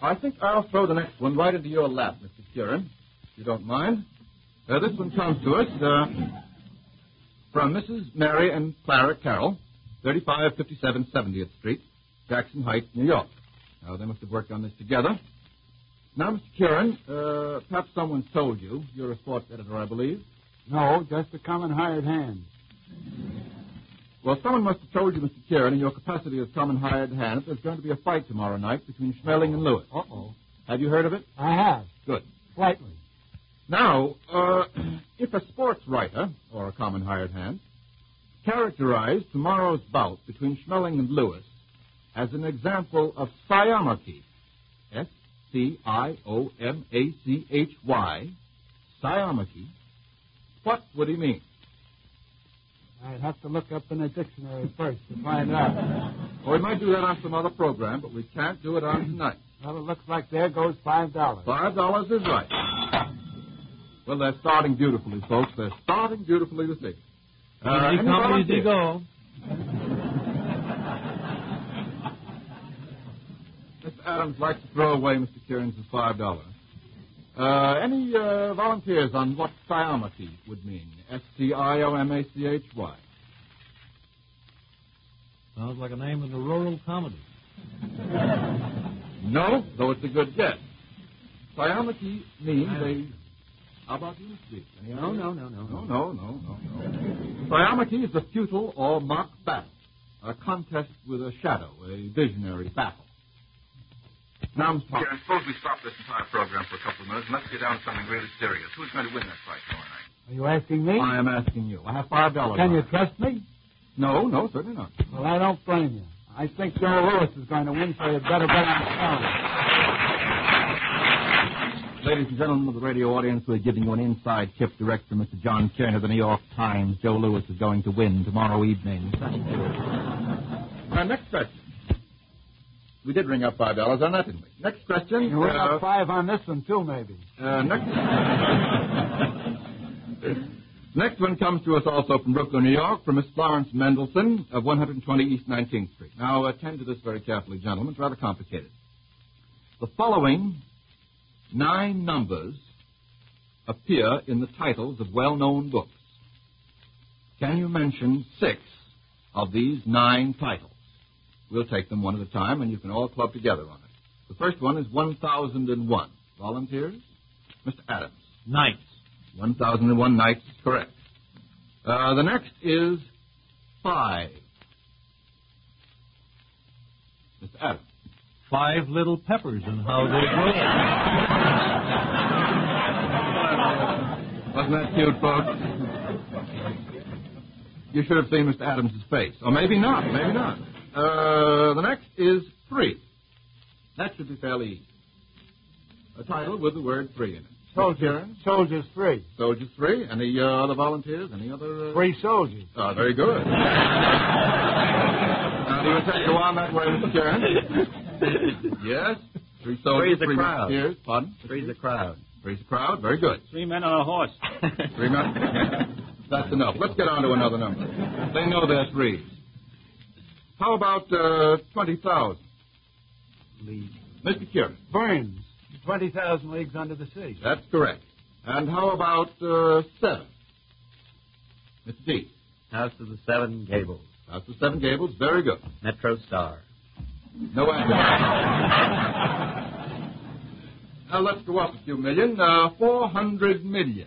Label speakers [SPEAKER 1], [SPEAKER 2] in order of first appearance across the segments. [SPEAKER 1] I think I'll throw the next one right into your lap, Mr. Curran, if you don't mind. Uh, this one comes to us uh, from Mrs. Mary and Clara Carroll, 3557 70th Street, Jackson Heights, New York. Now, they must have worked on this together. Now, Mr. Curran, uh, perhaps someone told you. You're a sports editor, I believe.
[SPEAKER 2] No, just a common hired hand.
[SPEAKER 1] Well, someone must have told you, Mr. Curran, in your capacity as common hired hand, that there's going to be a fight tomorrow night between Schmeling and Lewis.
[SPEAKER 2] Uh-oh.
[SPEAKER 1] Have you heard of it?
[SPEAKER 2] I have,
[SPEAKER 1] Good.
[SPEAKER 2] slightly.
[SPEAKER 1] Now, uh, if a sports writer, or a common hired hand, characterized tomorrow's bout between Schmeling and Lewis as an example of psiomachy, S C I O M A C H Y, psiomachy, what would he mean?
[SPEAKER 2] I'd have to look up in the dictionary first to find out.
[SPEAKER 1] Well, we might do that on some other program, but we can't do it on tonight.
[SPEAKER 2] Well, it looks like there goes five dollars.
[SPEAKER 1] Five dollars is right. Well, they're starting beautifully, folks. They're starting beautifully this evening. Uh, any volunteers?
[SPEAKER 3] go.
[SPEAKER 1] Mr. Adams likes to throw away Mr. Kieran's five dollars. Uh, any uh, volunteers on what psiomachy would mean? S C I O M A C H Y.
[SPEAKER 3] Sounds like a name in a rural comedy.
[SPEAKER 1] No, though it's a good guess. Psiomachy means a. How about you, Steve? Any
[SPEAKER 3] No,
[SPEAKER 1] idea?
[SPEAKER 3] no, no, no,
[SPEAKER 1] no, no, no, no, no. Psiomachy is a futile or mock battle, a contest with a shadow, a visionary battle. Now, Mr. Kieran, suppose we stop this entire program for a couple of minutes and let's get down to something really serious. Who's going to win that fight tomorrow night?
[SPEAKER 2] Are you asking me?
[SPEAKER 1] I am asking you. I have five dollars.
[SPEAKER 2] Can you trust me?
[SPEAKER 1] No, no, certainly not.
[SPEAKER 2] Well, I don't blame you. I think Joe Lewis is going to win, so you'd better bet on the phone.
[SPEAKER 1] Ladies and gentlemen of the radio audience, we're giving you an inside tip direct from Mr. John Kieran of the New York Times. Joe Lewis is going to win tomorrow evening. Our next question. We did ring up five dollars on that, didn't we? Next question.
[SPEAKER 2] You win
[SPEAKER 1] uh,
[SPEAKER 2] up five on this one too, maybe.
[SPEAKER 1] Uh, next. next one comes to us also from Brooklyn, New York, from Miss Florence Mendelson of 120 East 19th Street. Now, attend to this very carefully, gentlemen. It's rather complicated. The following nine numbers appear in the titles of well known books. Can you mention six of these nine titles? We'll take them one at a time, and you can all club together on it. The first one is 1001. Volunteers? Mr. Adams.
[SPEAKER 3] Nights.
[SPEAKER 1] 1001 nights is correct. Uh, the next is five. Mr. Adams.
[SPEAKER 3] Five little peppers and how they
[SPEAKER 1] Wasn't that cute, folks? You should have seen Mr. Adams' face. Or maybe not, maybe not. Uh, the next is three. That should be fairly easy. A title with the word three in it.
[SPEAKER 2] Soldier, soldiers three.
[SPEAKER 1] Soldiers three. Any uh, other volunteers? Any other? Uh...
[SPEAKER 2] Three soldiers.
[SPEAKER 1] Ah, very good. now, do you intend to go on that way, Mr. Karen? yes. Three soldiers,
[SPEAKER 4] Three's a
[SPEAKER 1] three
[SPEAKER 4] crowd.
[SPEAKER 1] volunteers. Pardon?
[SPEAKER 4] Three's a crowd.
[SPEAKER 1] Three's a crowd. Very good.
[SPEAKER 4] Three men on a horse.
[SPEAKER 1] Three men. That's enough. Let's get on to another number. They know they're threes. How about uh, 20,000? Mr. Kieran.
[SPEAKER 2] Burns. 20,000 leagues under the sea.
[SPEAKER 1] That's correct. And how about uh, seven? Mr. D.
[SPEAKER 4] House of the Seven Gables.
[SPEAKER 1] That's the Seven Gables. Very good.
[SPEAKER 4] Metro Star.
[SPEAKER 1] No answer. now let's go up a few million. Uh, 400 million.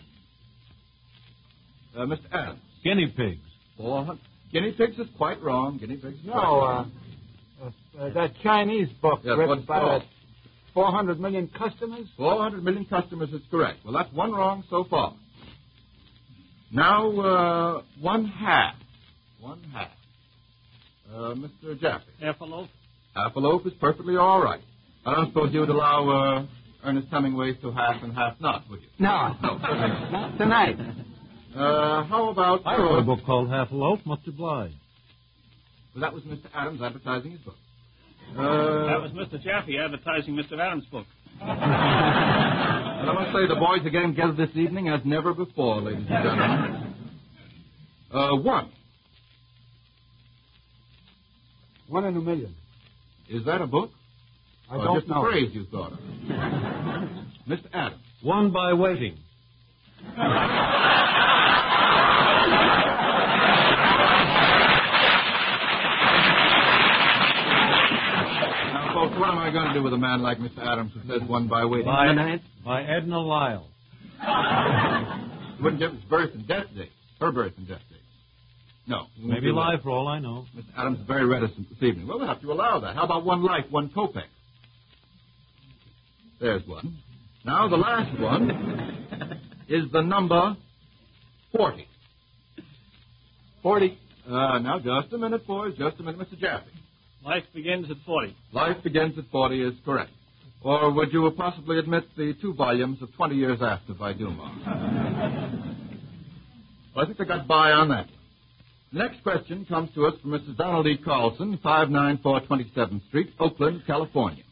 [SPEAKER 1] Uh, Mr. Adams.
[SPEAKER 3] Guinea pigs.
[SPEAKER 1] 400. Guinea pigs is quite wrong. Guinea pigs is quite
[SPEAKER 2] No, uh, uh, uh, that Chinese book
[SPEAKER 1] Yes,
[SPEAKER 2] written
[SPEAKER 1] what's
[SPEAKER 2] by
[SPEAKER 1] called?
[SPEAKER 2] that 400 million customers.
[SPEAKER 1] 400 million customers is correct. Well, that's one wrong so far. Now, uh, one half. One half. Uh, Mr. Jaffe.
[SPEAKER 4] Buffalo.
[SPEAKER 1] Half a loaf is perfectly all right. I don't suppose you would allow uh, Ernest Hemingway's to half and half not, would you?
[SPEAKER 2] No,
[SPEAKER 1] No. Uh,
[SPEAKER 2] not tonight.
[SPEAKER 1] how about... uh,
[SPEAKER 3] I wrote a book called Half a Loaf, Must Oblige.
[SPEAKER 1] Well, that was Mr. Adams advertising his book. Uh,
[SPEAKER 4] That was Mr. Jaffe advertising Mr. Adams' book.
[SPEAKER 1] And I must say, the boys again gathered this evening as never before, ladies and gentlemen. Uh, one.
[SPEAKER 2] One in a million.
[SPEAKER 1] Is that a book?
[SPEAKER 2] I
[SPEAKER 1] Or
[SPEAKER 2] don't
[SPEAKER 1] Oh, just
[SPEAKER 2] know.
[SPEAKER 1] a phrase you thought of. Mr. Adams.
[SPEAKER 3] Won by waiting.
[SPEAKER 1] Now, folks, what am I going to do with a man like Mr. Adams who says one by waiting?
[SPEAKER 3] By, by Edna Lyle.
[SPEAKER 1] Wouldn't give his birth and death date. Her birth and death date. No. we won't
[SPEAKER 3] Maybe
[SPEAKER 1] do that.
[SPEAKER 3] live for all I know.
[SPEAKER 1] Mr. Adams is very reticent this evening. Well, we'll have to allow that. How about one life, one kopeck? There's one. Now, the last one is the number 40. 40. Uh, now, just a minute, boys. Just a minute, Mr. Jaffe.
[SPEAKER 4] Life begins at 40.
[SPEAKER 1] Life begins at 40 is correct. Or would you possibly admit the two volumes of 20 Years After by Dumas? well, I think they got by on that. The next question comes to us from Mrs. Donald E. Carlson, 594 27th Street, Oakland, California.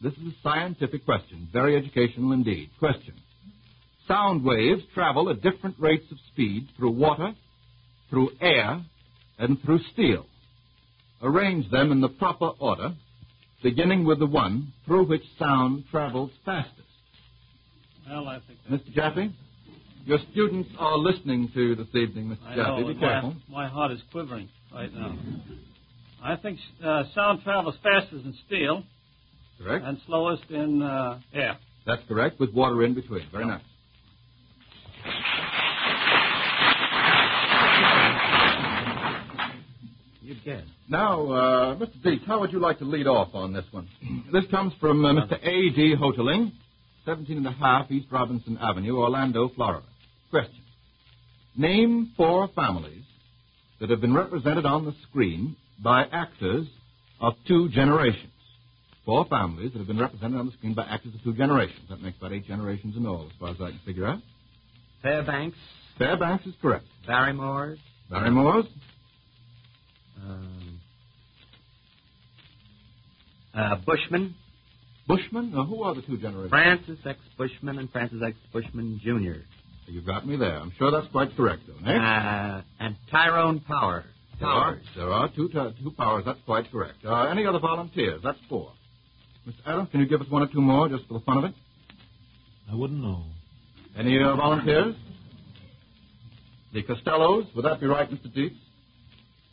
[SPEAKER 1] This is a scientific question, very educational indeed. Question Sound waves travel at different rates of speed through water, through air, and through steel. Arrange them in the proper order beginning with the one through which sound travels fastest.
[SPEAKER 4] Well, I think that.
[SPEAKER 1] Mr. Jaffe, your students are listening to you this evening, Mr.
[SPEAKER 4] I
[SPEAKER 1] Jaffe.
[SPEAKER 4] know.
[SPEAKER 1] Be
[SPEAKER 4] and
[SPEAKER 1] careful.
[SPEAKER 4] My, my heart is quivering right now. I think uh, sound travels fastest in steel
[SPEAKER 1] Correct?
[SPEAKER 4] and slowest in uh, air.
[SPEAKER 1] That's correct, with water in between. Very nice.
[SPEAKER 3] You guess.
[SPEAKER 1] Now, uh, Mr. Deeks, how would you like to lead off on this one? this comes from uh, Mr. A.D. Hoteling, 17 and a half East Robinson Avenue, Orlando, Florida. Question. Name four families that have been represented on the screen by actors of two generations. Four families that have been represented on the screen by actors of two generations. That makes about eight generations in all, as far as I can figure out.
[SPEAKER 5] Fairbanks,
[SPEAKER 1] Fairbanks is correct.
[SPEAKER 5] Barrymore,
[SPEAKER 1] Barrymore's?
[SPEAKER 5] um, uh, Bushman,
[SPEAKER 1] Bushman? Now, who are the two generations?
[SPEAKER 5] Francis X. Bushman, and Francis X. Bushman Jr.
[SPEAKER 1] You've got me there. I'm sure that's quite correct, though. eh? Next.
[SPEAKER 5] Uh, and Tyrone Power.
[SPEAKER 1] There are, there are two, t- two powers. That's quite correct. Uh, any other volunteers? That's four. Mr. Adams, can you give us one or two more just for the fun of it?
[SPEAKER 3] I wouldn't know.
[SPEAKER 1] Any uh, volunteers? The Costellos. Would that be right, Mr. Deeks?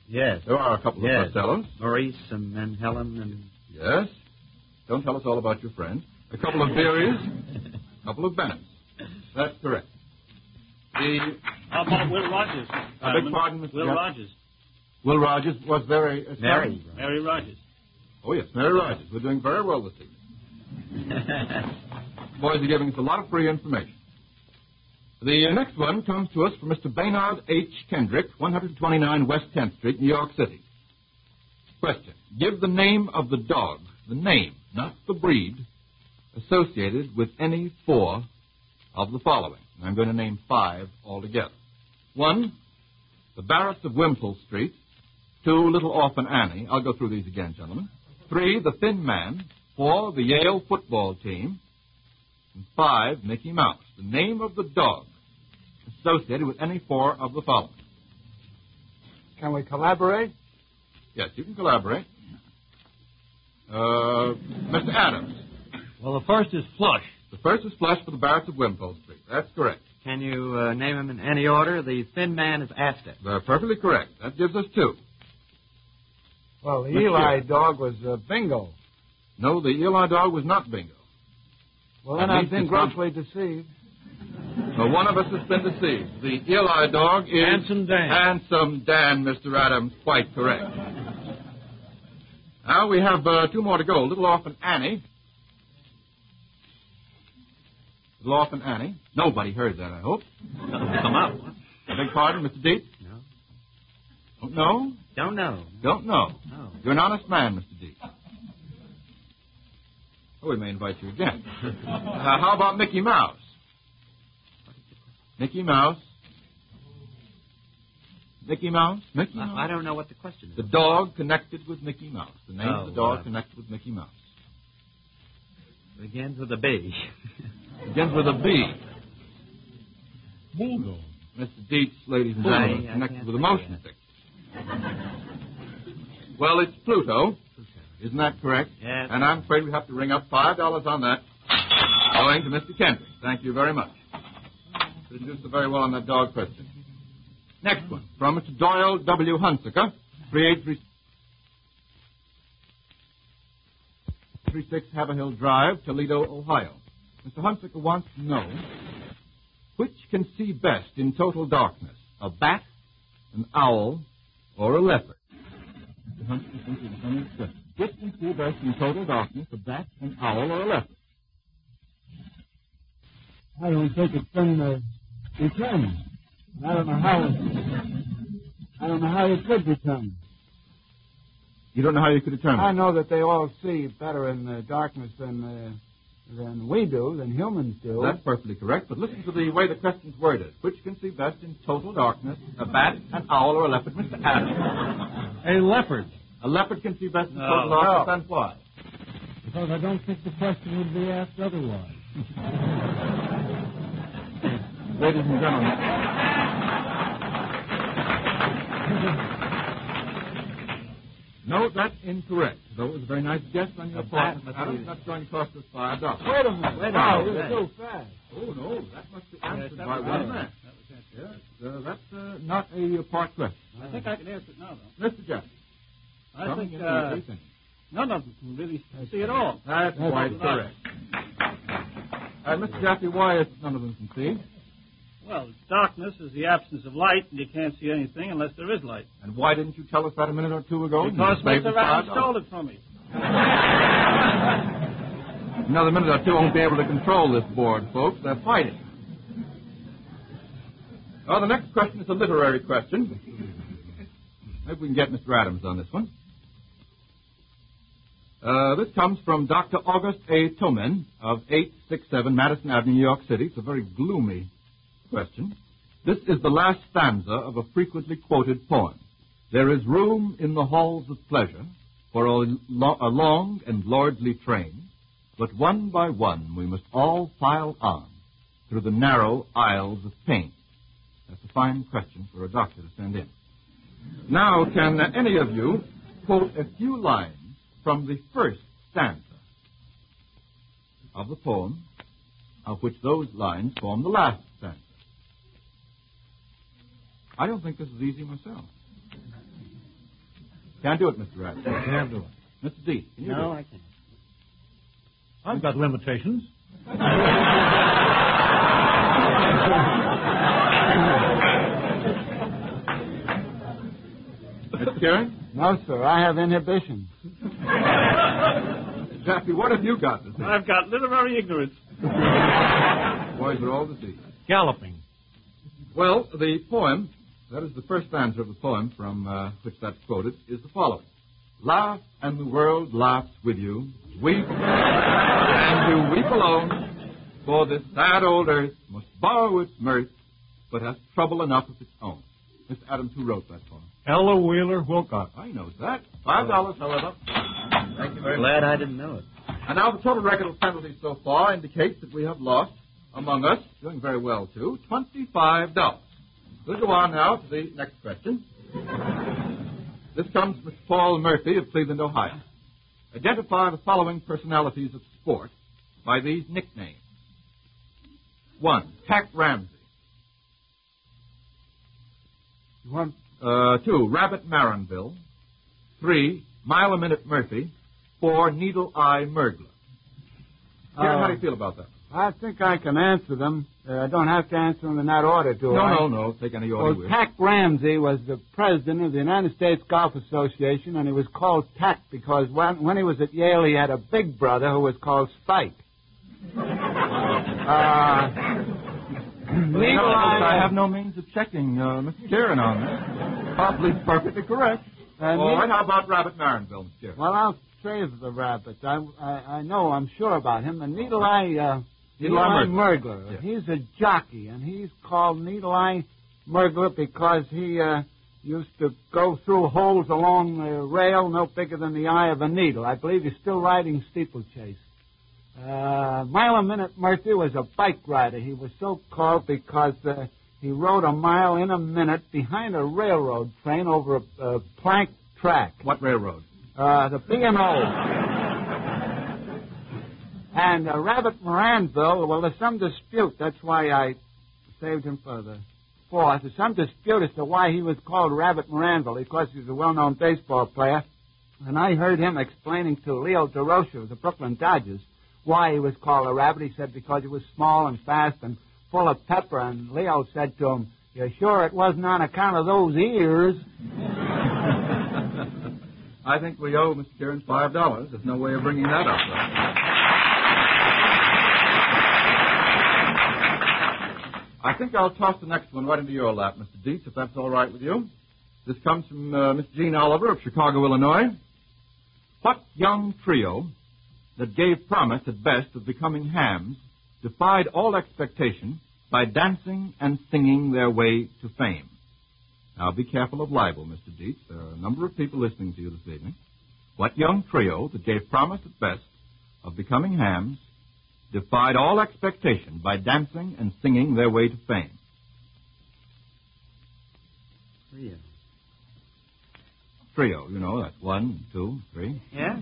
[SPEAKER 5] Yes.
[SPEAKER 1] There are a couple
[SPEAKER 5] Yes.
[SPEAKER 1] of Costellos.
[SPEAKER 5] Maurice and, and Helen and
[SPEAKER 1] Yes. Don't tell us all about your friend. A couple of Beerys. a couple of Bennets. That's correct. The
[SPEAKER 4] How about Will Rogers?
[SPEAKER 1] I beg pardon, Mr.
[SPEAKER 4] Will
[SPEAKER 1] Jaffe?
[SPEAKER 4] Rogers.
[SPEAKER 1] Will Rogers was very... Uh,
[SPEAKER 5] Mary.
[SPEAKER 4] Mary Rogers.
[SPEAKER 1] Oh, yes, Mary Rogers. We're doing very well this evening. Boys are giving us a lot of free information. The uh, next one comes to us from Mr. Baynard H. Kendrick, 129 West 10th Street, New York City. Question. Give the name of the dog, the name, not the breed, associated with any four of the following. And I'm going to name five altogether. One, the Barretts of Wimpole Street. Two, Little Orphan Annie. I'll go through these again, gentlemen. Three, The Thin Man. Four, The Yale Football Team. And five, Mickey Mouse. The name of the dog associated with any four of the following.
[SPEAKER 2] Can we collaborate?
[SPEAKER 1] Yes, you can collaborate. Uh, Mr. Adams.
[SPEAKER 3] Well, the first is flush.
[SPEAKER 1] The first is Flush for the Barretts of Wimpole Street. That's correct.
[SPEAKER 5] Can you uh, name them in any order? The Thin Man is Asta.
[SPEAKER 1] They're perfectly correct. That gives us two.
[SPEAKER 2] Well, the
[SPEAKER 1] Let's
[SPEAKER 2] Eli
[SPEAKER 1] hear
[SPEAKER 2] dog was uh, bingo.
[SPEAKER 1] No, the Eli dog was not bingo.
[SPEAKER 2] Well,
[SPEAKER 1] At
[SPEAKER 2] then
[SPEAKER 1] least
[SPEAKER 2] I've been
[SPEAKER 1] it's not-
[SPEAKER 2] grossly deceived.
[SPEAKER 1] Well, one of us has been deceived. The Eli dog is
[SPEAKER 3] Handsome Dan.
[SPEAKER 1] Handsome Dan, Mr. Adams. Quite correct. now we have uh, two more to go. Little Orphan Annie. Little Orphan Annie. Nobody heard that, I hope.
[SPEAKER 5] Come up.
[SPEAKER 1] I beg pardon, Mr. Deep?
[SPEAKER 5] No.
[SPEAKER 1] Don't know?
[SPEAKER 5] Don't know.
[SPEAKER 1] Don't know.
[SPEAKER 3] Oh.
[SPEAKER 5] No.
[SPEAKER 1] You're an honest man, Mr. Deep. Oh, we may invite you again. uh, how about Mickey Mouse? Mickey Mouse. Mickey Mouse? Mickey Mouse?
[SPEAKER 5] Uh, I, I don't know what the question
[SPEAKER 1] The
[SPEAKER 5] is.
[SPEAKER 1] dog connected with Mickey Mouse. The name of the
[SPEAKER 5] Oh,
[SPEAKER 1] dog
[SPEAKER 5] uh,
[SPEAKER 1] connected with Mickey Mouse.
[SPEAKER 5] Begins with a B.
[SPEAKER 1] Begins with a B.
[SPEAKER 3] Bingo.
[SPEAKER 1] Mr. Dietz, ladies and
[SPEAKER 5] Pluto.
[SPEAKER 1] gentlemen,
[SPEAKER 5] I- I
[SPEAKER 1] connected
[SPEAKER 5] can't
[SPEAKER 1] with a
[SPEAKER 5] think of
[SPEAKER 1] motion picture. well, it's Pluto. Isn't that correct?
[SPEAKER 5] Yes.
[SPEAKER 1] And I'm afraid we have to ring up $5 on that, owing to Mr. Kendrick. Thank you very much. Didn't do so very well on that dog question. Next one, from Mr. Doyle W. Hunsaker, 383... 36 Haverhill Drive, Toledo, Ohio. Mr. Hunsaker wants to know which can see best in total darkness, a bat, an owl, or a leopard? Mr. Hunsaker thinks it's very interesting. Which can see best in total darkness, a bat, an owl, or a leopard?
[SPEAKER 2] I don't think it's been uh, determined. I don't know how it, I don't know how it could determine.
[SPEAKER 1] You don't know how you could determine.
[SPEAKER 2] I know that they all see better in the darkness than uh, than we do, than humans do.
[SPEAKER 1] That's perfectly correct, but listen to the way the question's worded. Which can see best in total darkness, a bat, an owl, or a leopard? Mr. Adams.
[SPEAKER 3] A leopard.
[SPEAKER 1] a leopard can see best in
[SPEAKER 4] No.
[SPEAKER 1] total darkness, and why?
[SPEAKER 3] Because I don't think the question would be asked otherwise.
[SPEAKER 1] Ladies and gentlemen, no, that's incorrect. Though it was a very nice guess on your
[SPEAKER 5] A
[SPEAKER 1] part,
[SPEAKER 5] bat
[SPEAKER 1] Mr.
[SPEAKER 5] must
[SPEAKER 1] Adams.
[SPEAKER 5] be-
[SPEAKER 1] That's going to cost us five dollars.
[SPEAKER 2] Wait a minute.
[SPEAKER 5] Wait a
[SPEAKER 2] Wow,
[SPEAKER 5] minute.
[SPEAKER 2] you're too fast.
[SPEAKER 1] Oh, no, that must be answered
[SPEAKER 4] that
[SPEAKER 1] by
[SPEAKER 4] was
[SPEAKER 1] one
[SPEAKER 4] it.
[SPEAKER 1] man. Yes, uh, that's uh, not a uh, part question.
[SPEAKER 4] I think I can answer it now, though.
[SPEAKER 1] Mr. Jackson,
[SPEAKER 4] I
[SPEAKER 1] something
[SPEAKER 4] think
[SPEAKER 1] in
[SPEAKER 4] uh,
[SPEAKER 1] your thinking.
[SPEAKER 4] none of them can really see at all.
[SPEAKER 1] That's quite
[SPEAKER 4] right.
[SPEAKER 1] correct. Uh, Mr. Jaffe, why is it none of them can see?
[SPEAKER 4] Well, darkness is the absence of light, and you can't see anything unless there is light.
[SPEAKER 1] And why didn't you tell us that a minute or two ago?
[SPEAKER 4] Because
[SPEAKER 1] You saved
[SPEAKER 4] Mr.
[SPEAKER 1] us
[SPEAKER 4] Adams
[SPEAKER 1] five dollars.
[SPEAKER 4] stole it from me.
[SPEAKER 1] Another minute or two won't be able to control this board, folks. They're fighting. Well, the next question is a literary question. Maybe we can get Mr. Adams on this one. Uh, this comes from Dr. August A. Tillman of 867 Madison Avenue, New York City. It's a very gloomy question. This is the last stanza of a frequently quoted poem. There is room in the halls of pleasure for a, lo- a long and lordly train, but one by one we must all file on through the narrow aisles of pain. That's a fine question for a doctor to send in. Now, can uh, any of you quote a few lines from the first stanza of the poem, of which those lines form the last stanza? I don't think this is easy myself. Can't do it, Mr. Adams. Can't do it. Mr. D, can you do it?
[SPEAKER 5] No, I can't.
[SPEAKER 3] I've got limitations.
[SPEAKER 1] Mr. Kieran?
[SPEAKER 2] No, sir. I have inhibition.
[SPEAKER 1] Jackie, what have you got to say?
[SPEAKER 4] I've got literary ignorance.
[SPEAKER 1] Boys are all deceived.
[SPEAKER 3] Galloping.
[SPEAKER 1] Well, the poem, that is the first stanza of the poem from uh, which that's quoted, is the following. Laugh and the world laughs with you. Weep and you weep alone, for this sad old earth must borrow its mirth, but has trouble enough of its own. Miss Adams, who wrote that poem?
[SPEAKER 3] Ella Wheeler Wilcox.
[SPEAKER 1] I know that. Five dollars, however. Thank you very much.
[SPEAKER 5] Glad I didn't know it.
[SPEAKER 1] And now the total record of penalties so far indicates that we have lost, among us, doing very well too, $25. We'll go on now to the next question. This comes from Paul Murphy of Cleveland, Ohio. Identify the following personalities of sport by these nicknames. One, Tack Ramsey.
[SPEAKER 2] You want
[SPEAKER 1] Uh, two, Rabbit Marinville. Three, Mile a Minute Murphy. Four, Needle Eye Mergler. Karen, how do you feel about that?
[SPEAKER 2] uh, I think I can answer them. Uh, I don't have to answer them in that order, do I?
[SPEAKER 1] No, no, no. Take any order
[SPEAKER 2] Well,
[SPEAKER 1] you wish.
[SPEAKER 2] Tack Ramsey was the president of the United States Golf Association, and he was called Tack because when, when he was at Yale, he had a big brother who was called Spike. uh,
[SPEAKER 1] No,
[SPEAKER 2] Needle
[SPEAKER 1] I
[SPEAKER 2] Eye,
[SPEAKER 1] have no means of checking uh, Mr. Kieran on that. Probably perfectly correct.
[SPEAKER 2] And
[SPEAKER 1] All
[SPEAKER 2] you-
[SPEAKER 1] right, how about Rabbit Marinville, Mr. Kieran?
[SPEAKER 2] well, I'll save the rabbit. I, I, I know, I'm sure about him. And Needle Eye, uh,
[SPEAKER 1] Needle Eye
[SPEAKER 2] Mergler. He's a jockey, and he's called Needle Eye Mergler because he uh, used to go through holes along the rail no bigger than the eye of a needle. I believe he's still riding steeplechase. Uh, mile a minute Murphy was a bike rider. He was so called because uh, he rode a mile in a minute behind a railroad train over a, a plank track.
[SPEAKER 1] What railroad?
[SPEAKER 2] Uh, Uh, the B&O. and uh, Rabbit Moranville, well, there's some dispute. That's why I saved him for the fourth. There's some dispute as to why he was called Rabbit Moranville, because he's a well-known baseball player. And I heard him explaining to Leo DeRocha of the Brooklyn Dodgers why he was called a rabbit. He said because he was small and fast and full of pepper. And Leo said to him, you sure it wasn't on account of those ears?
[SPEAKER 1] I think we owe Mr. Kieran five dollars. There's no way of bringing that up. I think I'll toss the next one right into your lap, Mr. Dietz, if that's all right with you. This comes from uh, Miss Jean Oliver of Chicago, Illinois. What young trio that gave promise at best of becoming hams defied all expectation by dancing and singing their way to fame? Now, be careful of libel, Mr. Dietz. There are a number of people listening to you this evening. What young trio that gave promise at best of becoming hams defied all expectation by dancing and singing their way to fame?
[SPEAKER 5] Trio.
[SPEAKER 1] Trio, you know, that's one, two, three.
[SPEAKER 5] Yeah?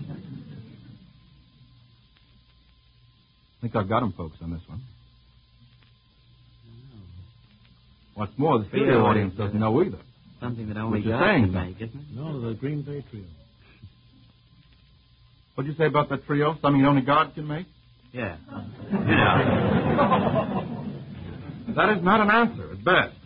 [SPEAKER 1] I think I've got 'em, folks, on this one. What's more, the studio
[SPEAKER 5] Trio,
[SPEAKER 1] audience
[SPEAKER 5] yeah.
[SPEAKER 1] doesn't know either.
[SPEAKER 5] Something that only
[SPEAKER 1] What you
[SPEAKER 5] God
[SPEAKER 1] saying,
[SPEAKER 5] can
[SPEAKER 1] then?
[SPEAKER 5] make, isn't it?
[SPEAKER 3] No, the Green Bay Trio.
[SPEAKER 1] What'd you say about that trio? Something only God can make?
[SPEAKER 5] Yeah.
[SPEAKER 1] That is not an answer, at best.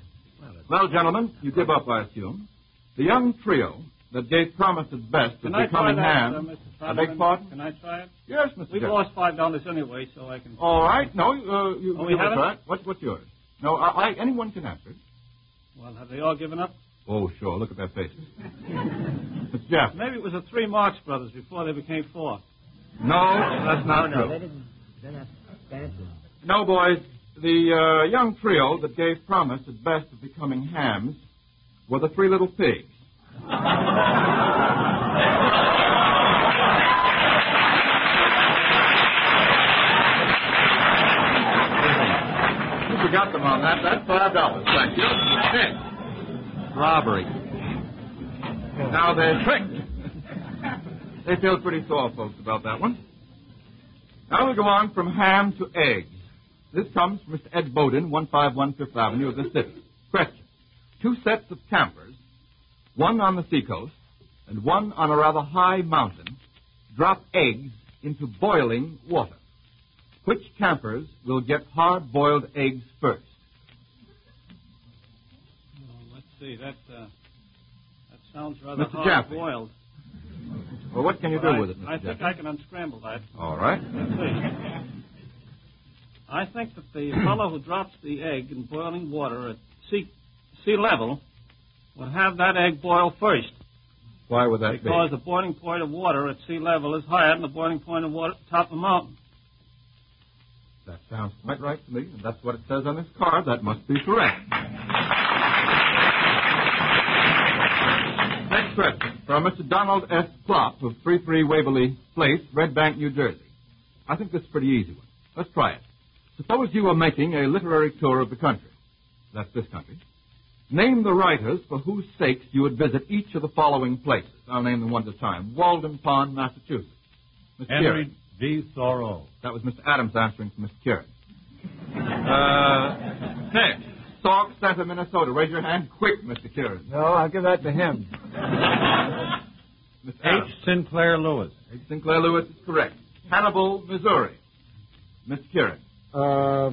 [SPEAKER 1] Well, gentlemen, you give up, I assume. The young trio that gave promise at best of
[SPEAKER 4] Can I try
[SPEAKER 1] becoming
[SPEAKER 4] that,
[SPEAKER 1] ham.
[SPEAKER 4] uh, Mr.
[SPEAKER 1] I
[SPEAKER 4] Fadiman?
[SPEAKER 1] beg pardon?
[SPEAKER 4] Can I try it?
[SPEAKER 1] Yes, Mr.
[SPEAKER 4] We've
[SPEAKER 1] Jeff.
[SPEAKER 4] lost five dollars anyway, so I can.
[SPEAKER 1] All right. No, uh, you,
[SPEAKER 4] Oh, we
[SPEAKER 1] you
[SPEAKER 4] have
[SPEAKER 1] that's
[SPEAKER 4] it?
[SPEAKER 1] right. What, what's yours? No, I, I, anyone can answer it.
[SPEAKER 4] Well, have they all given up?
[SPEAKER 1] Oh, sure. Look at their faces. Mr. Jeff.
[SPEAKER 4] Maybe it was the three Marx brothers before they became four.
[SPEAKER 1] No, that's not true.
[SPEAKER 5] didn't. They're not dancing.
[SPEAKER 1] No, boys, the uh, young trio that gave promise at best of becoming hams were the three little pigs. you forgot them on that. That's five dollars. Thank you. Next.
[SPEAKER 5] Robbery.
[SPEAKER 1] Now they're tricked. they feel pretty sore, folks, about that one. Now we go on from ham to eggs. This comes from Mr. Ed Bowden, 151 Fifth Avenue of the city. Question. Two sets of campers, one on the seacoast and one on a rather high mountain, drop eggs into boiling water. Which campers will get hard-boiled eggs first?
[SPEAKER 4] Well, let's see. That uh, that sounds rather
[SPEAKER 1] Mr.
[SPEAKER 4] hard
[SPEAKER 1] Jaffe.
[SPEAKER 4] boiled.
[SPEAKER 1] Well, what can you do
[SPEAKER 4] I,
[SPEAKER 1] with it, Mr.
[SPEAKER 4] I think
[SPEAKER 1] Jeffrey?
[SPEAKER 4] I can unscramble that.
[SPEAKER 1] All right.
[SPEAKER 4] Let's see. I think that the fellow who drops the egg in boiling water at sea sea level will have that egg boil first.
[SPEAKER 1] Why would that be?
[SPEAKER 4] because the boiling point of water at sea level is higher than the boiling point of water at the top of the mountain.
[SPEAKER 1] That sounds quite right to me, and that's what it says on this card. That must be correct. Next question from Mr. Donald S. Plop of 33 Waverly Place, Red Bank, New Jersey. I think this is a pretty easy one. Let's try it. Suppose you were making a literary tour of the country. That's this country. Name the writers for whose sakes you would visit each of the following places. I'll name them one at a time. Walden Pond, Massachusetts. Mr. Kearing.
[SPEAKER 3] Henry D. Thoreau.
[SPEAKER 1] That was Mr. Adams answering for Mr. Kieran. Uh, next, Sauk Center, Minnesota. Raise your hand quick, Mr. Kieran.
[SPEAKER 2] No, I'll give that to him.
[SPEAKER 1] Mr.
[SPEAKER 3] H.
[SPEAKER 1] Adams.
[SPEAKER 3] Sinclair Lewis.
[SPEAKER 1] H. Sinclair Lewis is correct. Hannibal, Missouri. Mr. Kieran.
[SPEAKER 2] Uh,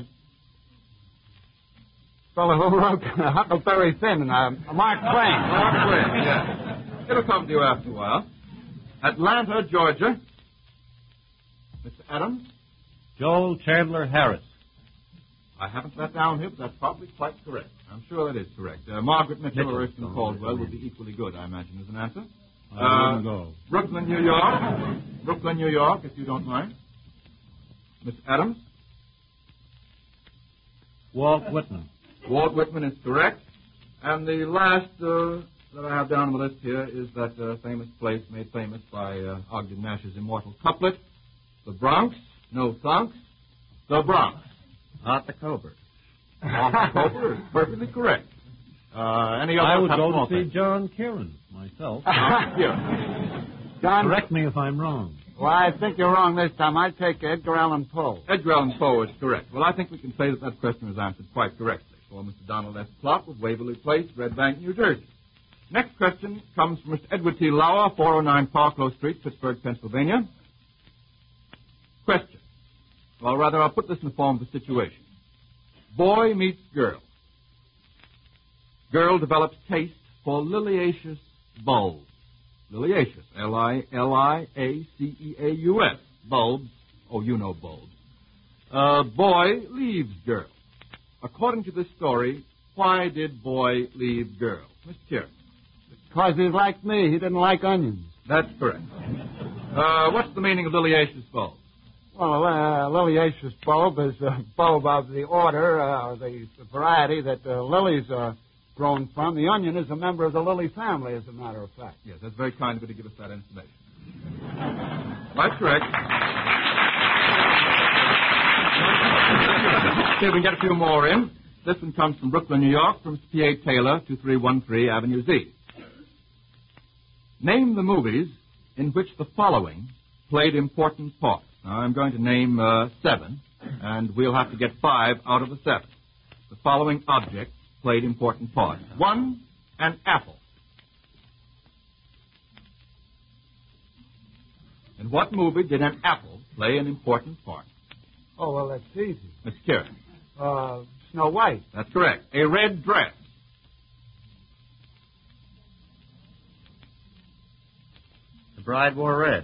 [SPEAKER 2] fellow who wrote Huckleberry Finn, and, uh, Mark Twain.
[SPEAKER 1] Mark Twain, yes. It'll come to you after a while. Atlanta, Georgia. Mr. Adams.
[SPEAKER 3] Joel Chandler Harris.
[SPEAKER 1] I haven't that down here, but that's probably quite correct. I'm sure that is correct. Uh, Margaret Mitchell,
[SPEAKER 5] Mitchell.
[SPEAKER 1] or Erskine Caldwell would be equally good, I imagine, as an answer.
[SPEAKER 3] I
[SPEAKER 1] Uh,
[SPEAKER 3] wouldn't go.
[SPEAKER 1] Brooklyn, New York. Brooklyn, New York, if you don't mind. Miss Adams.
[SPEAKER 3] Walt Whitman.
[SPEAKER 1] Walt Whitman is correct. And the last uh, that I have down on the list here is that uh, famous place made famous by uh, Ogden Nash's immortal couplet, The Bronx, No Thanks, The Bronx.
[SPEAKER 5] Art the Cobra.
[SPEAKER 1] October is perfectly correct. Uh, any other
[SPEAKER 3] I would
[SPEAKER 1] couple
[SPEAKER 3] go
[SPEAKER 1] more
[SPEAKER 3] to see
[SPEAKER 1] things?
[SPEAKER 3] John Kieran myself.
[SPEAKER 1] Here.
[SPEAKER 2] Don,
[SPEAKER 3] Correct me if Ah, I'm wrong.
[SPEAKER 2] well, I think you're wrong this time. I take Edgar Allan Poe.
[SPEAKER 1] Edgar Allan Poe is correct. Well, I think we can say that that question was answered quite correctly for Mr. Donald S. Plott of Waverly Place, Red Bank, New Jersey. Next question comes from Mr. Edward T. Lauer, 409 Parklow Street, Pittsburgh, Pennsylvania. Question. Well, rather, I'll put this in the form of a situation. Boy meets girl. Girl develops taste for liliaceous bulbs. Liliaceous, E L-I-L-I-A-C-E-A-U-S, bulbs. Oh, you know bulbs. Uh, boy leaves girl. According to this story, why did boy leave girl? Mr. Kieran.
[SPEAKER 2] Because he liked me. He didn't like onions.
[SPEAKER 1] That's correct. Uh, what's the meaning of liliaceous bulbs?
[SPEAKER 2] Well, uh, liliaceous bulb is a bulb of the order, uh, or the variety that uh, lilies are grown from. The onion is a member of the lily family, as a matter of fact.
[SPEAKER 1] Yes, that's very kind of you to give us that information. that's correct. Here, we can get a few more in. This one comes from Brooklyn, New York, from P.A. Taylor, 2313 Avenue Z. Name the movies in which the following played important parts. Now, I'm going to name uh, seven, and we'll have to get five out of the seven. The following objects played important parts. One, an apple. In what movie did an apple play an important part?
[SPEAKER 2] Oh, well, that's easy.
[SPEAKER 1] Miss Kieran.
[SPEAKER 2] Uh, Snow White.
[SPEAKER 1] That's correct. A red dress.
[SPEAKER 5] The bride wore red.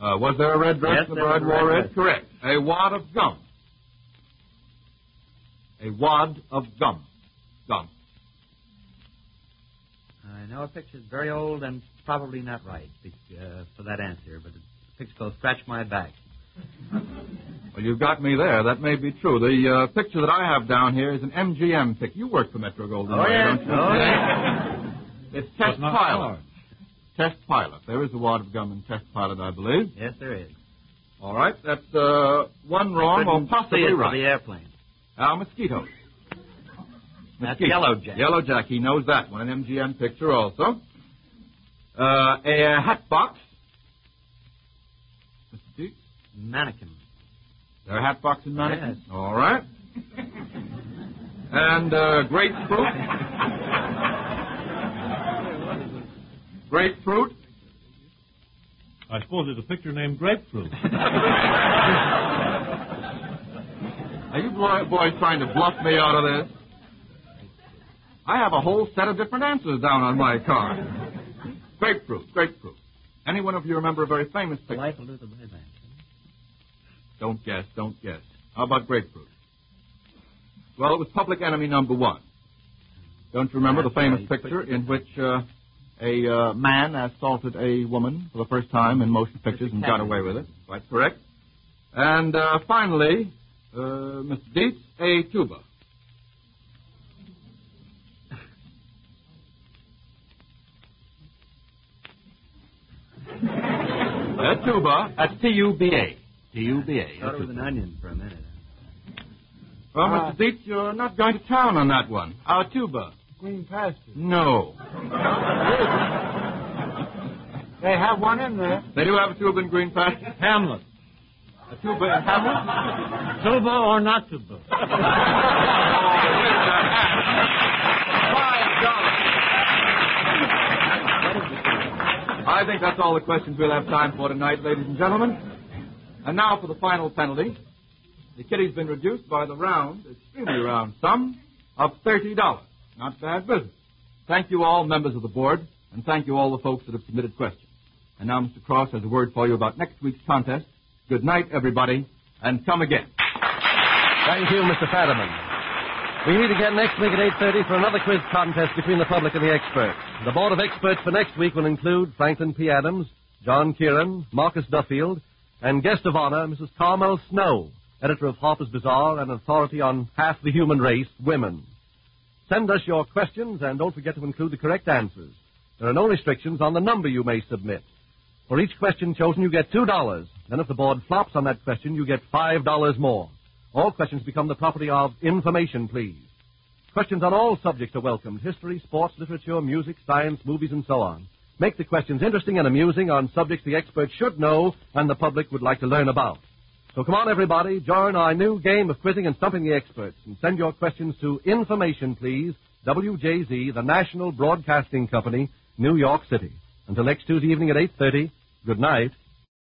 [SPEAKER 1] Uh, was there a red dress
[SPEAKER 5] Yes,
[SPEAKER 1] in the
[SPEAKER 5] there was
[SPEAKER 1] bride
[SPEAKER 5] a red
[SPEAKER 1] wore red?
[SPEAKER 5] dress.
[SPEAKER 1] Correct. A wad of gum. A wad of gum. Gum.
[SPEAKER 5] I know a picture's very old and probably not right be- uh, for that answer, but the picture called Scratch My Back.
[SPEAKER 1] Well, you've got me there. That may be true. The uh, picture that I have down here is an MGM picture. You work for Metro Golden
[SPEAKER 5] Oh,
[SPEAKER 1] Mayer,
[SPEAKER 5] yes.
[SPEAKER 1] don't you?
[SPEAKER 5] Oh,
[SPEAKER 1] It's Test
[SPEAKER 3] But not
[SPEAKER 1] Pilot. Test Pilot. There is a wad of gum in Test Pilot, I believe.
[SPEAKER 5] Yes, there is.
[SPEAKER 1] All right, that's uh, one wrong or
[SPEAKER 5] Couldn't see
[SPEAKER 1] possibly
[SPEAKER 5] it for
[SPEAKER 1] right.
[SPEAKER 5] the airplane.
[SPEAKER 1] Our mosquitoes.
[SPEAKER 5] That's
[SPEAKER 1] Mosquito.
[SPEAKER 5] Yellow Jack.
[SPEAKER 1] Yellow Jack. He knows that one. An MGM picture also. Uh, a hat box. Mr. Peake?
[SPEAKER 5] Mannequin.
[SPEAKER 1] There are hat box and mannequins. All right. and uh, grapefruit. grapefruit.
[SPEAKER 3] I suppose it's a picture named Grapefruit.
[SPEAKER 1] Are you boy, boys trying to bluff me out of this? I have a whole set of different answers down on my card. grapefruit, grapefruit. Any one of you remember a very famous picture?
[SPEAKER 5] Life will do the red man.
[SPEAKER 1] Don't guess, don't guess. How about grapefruit? Well, it was public enemy number one. Don't you remember the
[SPEAKER 5] That's
[SPEAKER 1] famous
[SPEAKER 5] right.
[SPEAKER 1] picture in which uh, a uh, man assaulted a woman for the first time in motion pictures and got
[SPEAKER 5] Cagney.
[SPEAKER 1] away with it? Quite correct. And uh, finally, uh, Mr. Dietz, a tuba. a tuba,
[SPEAKER 5] Uh,
[SPEAKER 1] a T-U-B-A. T-U-B-A.
[SPEAKER 5] Thought it was an onion for a minute.
[SPEAKER 1] Well,
[SPEAKER 2] Uh,
[SPEAKER 1] Mr. Dietz, you're not going to town on that one. Our tuba.
[SPEAKER 2] Green pastures.
[SPEAKER 1] No.
[SPEAKER 2] They have one in there.
[SPEAKER 1] They do have a tuba in Green Pastures.
[SPEAKER 3] Hamlet.
[SPEAKER 1] A tuba in Hamlet.
[SPEAKER 3] Tuba or not tuba?
[SPEAKER 1] Five dollars. I think that's all the questions we'll have time for tonight, ladies and gentlemen. And now for the final penalty. The kitty's been reduced by the round, extremely round sum of $30. Not bad business. Thank you all, members of the board, and thank you all the folks that have submitted questions. And now Mr. Cross has a word for you about next week's contest. Good night, everybody, and come again.
[SPEAKER 6] Thank you, Mr. Fadiman. We meet again next week at 8.30 for another quiz contest between the public and the experts. The board of experts for next week will include Franklin P. Adams, John Kieran, Marcus Duffield, and guest of honor, Mrs. Carmel Snow, editor of Harper's Bazaar and authority on half the human race, women. Send us your questions and don't forget to include the correct answers. There are no restrictions on the number you may submit. For each question chosen, you get $2. Then if the board flops on that question, you get $5 more. All questions become the property of Information Please. Questions on all subjects are welcomed history, sports, literature, music, science, movies, and so on.
[SPEAKER 1] Make the questions interesting and amusing on subjects the experts should know and the public would like to learn about. So come on, everybody, join our new game of quizzing and stumping the experts and send your questions to Information, please, WJZ, the National Broadcasting Company, New York City. Until next Tuesday evening at 8.30, good night